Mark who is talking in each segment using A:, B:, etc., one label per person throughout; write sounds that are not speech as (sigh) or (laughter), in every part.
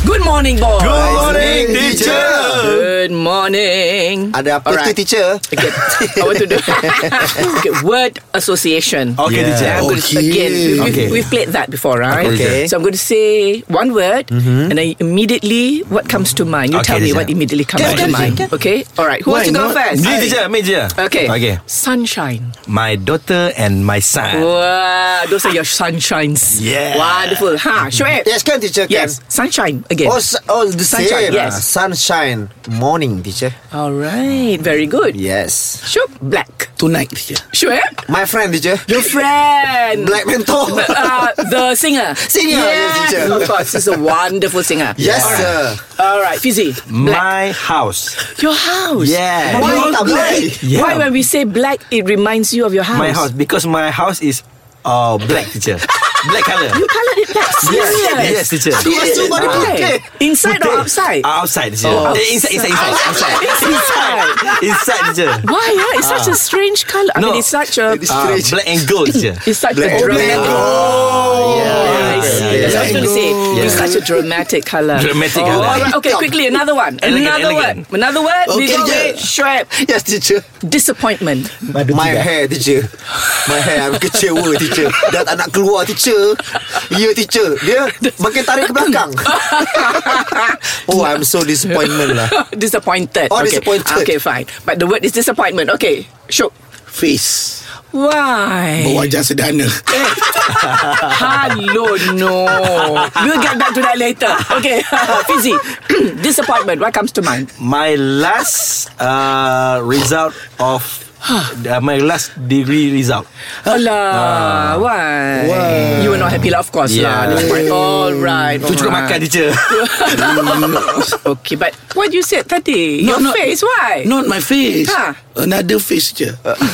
A: Good morning, boys.
B: Good morning, teacher.
A: Good morning.
C: Ada apa
A: Alright.
C: tu teacher?
A: Okay, I want to
B: (laughs)
A: do okay, word association.
B: Okay,
C: Yeah.
B: teacher.
A: I'm going to, again, we, we've,
C: Okay.
A: we've played that before, right?
C: Okay.
A: So I'm going to say one word, and then immediately what comes to mind. You
B: Mm-hmm. Okay,
A: tell me
B: teacher.
A: what immediately comes
B: Can,
A: to
B: can,
A: mind. Okay. All right. Who
C: Why
A: wants to go
C: not?
A: first?
B: Me, teacher. Me, teacher.
A: Okay.
B: Okay.
A: Sunshine.
B: My daughter and my son.
A: Wow, those are your sunshines.
B: Yeah.
A: Wonderful. Ha, Shoaib.
C: Yes kan teacher kan?
A: Yes, sunshine again.
C: Oh, s- oh the
A: Sunshine,
C: same.
A: yes.
C: Sunshine morning teacher.
A: All right, very good.
C: Yes.
A: Shook black.
D: Tonight teacher
A: Shoaib.
C: My friend teacher.
A: Your friend.
C: Black (laughs) mentor.
A: Uh, the singer.
C: Singer, yes,
A: Yes,
C: teacher.
A: of course. He's a wonderful
B: (laughs)
A: singer.
C: yes
A: All right.
C: sir.
A: All right, Fizzy. Black.
B: My house.
A: Your house.
B: Yeah.
C: Why
A: Why,
C: tak black?
B: Yeah.
A: why when we say black, it reminds you of your house?
B: My house because my house is uh black, teacher. black color.
A: You colored it black.
B: Yes,
A: Serious.
B: yes, teacher.
C: Aku masuk pada
A: Why?
C: putih.
A: Inside or outside?
B: Uh, outside, teacher.
A: Oh.
B: Eh, inside, inside, (laughs) inside, outside.
A: Inside.
B: Inside, teacher.
A: Why? Yeah? It's such a strange color. I
B: Ah. No.
A: mean, it's such a.
C: It's
B: Uh,
C: strange.
B: black and gold, (laughs) teacher.
A: It's such
C: Oh, Black
A: a
C: and
A: dramatic.
C: gold.
A: Yeah, I
B: yeah,
A: see.
B: yeah,
A: That's what I was going to say.
B: yeah.
A: It's such a dramatic color.
B: Dramatic
A: oh,
B: colour.
A: all right. Okay, quickly another one.
B: Elegant,
A: another
B: elegant.
A: word. Another word. We
C: Okay,
A: go
C: yeah.
A: with Shrek.
C: Yes teacher.
A: Disappointment.
C: My hair teacher. My hair I'm kecewa teacher. Dah tak nak keluar teacher. Ya teacher. Dia makin tarik ke (laughs) belakang. oh I'm so disappointment lah.
A: (laughs) disappointed.
C: Oh,
A: okay.
C: disappointed.
A: Okay, fine. But the word is disappointment. Okay, sure.
D: Face
A: Why?
D: Berwajah sederhana
A: Hello, no. We'll get back to that later. Okay, (laughs) Fizzy. (clears throat) disappointment. What comes to mind?
B: My last uh, result of uh, my last degree result.
A: Alah, why? You were not happy lah, of course
B: Yeah.
A: lah. Disappoint. All right.
B: Tu juga makan, teacher.
A: (laughs) Okay, but what you said tadi?
D: No,
A: Your
D: no.
A: face, why?
D: Not my face
A: Ha.
D: Another face je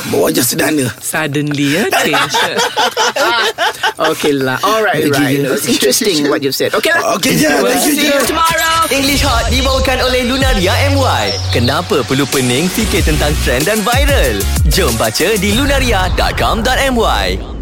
D: Berwajah sederhana
A: Suddenly, eh, change. Ah, okay lah. All right,
D: Okay,
A: right.
D: yeah.
A: It's interesting what you said. Okay lah.
D: Okay je
A: We'll
D: Thank you
A: see
D: je
A: you tomorrow.
E: English Hot dibawakan oleh Lunaria MY. Kenapa perlu pening fikir tentang trend dan viral? Jom baca di lunaria.com.my.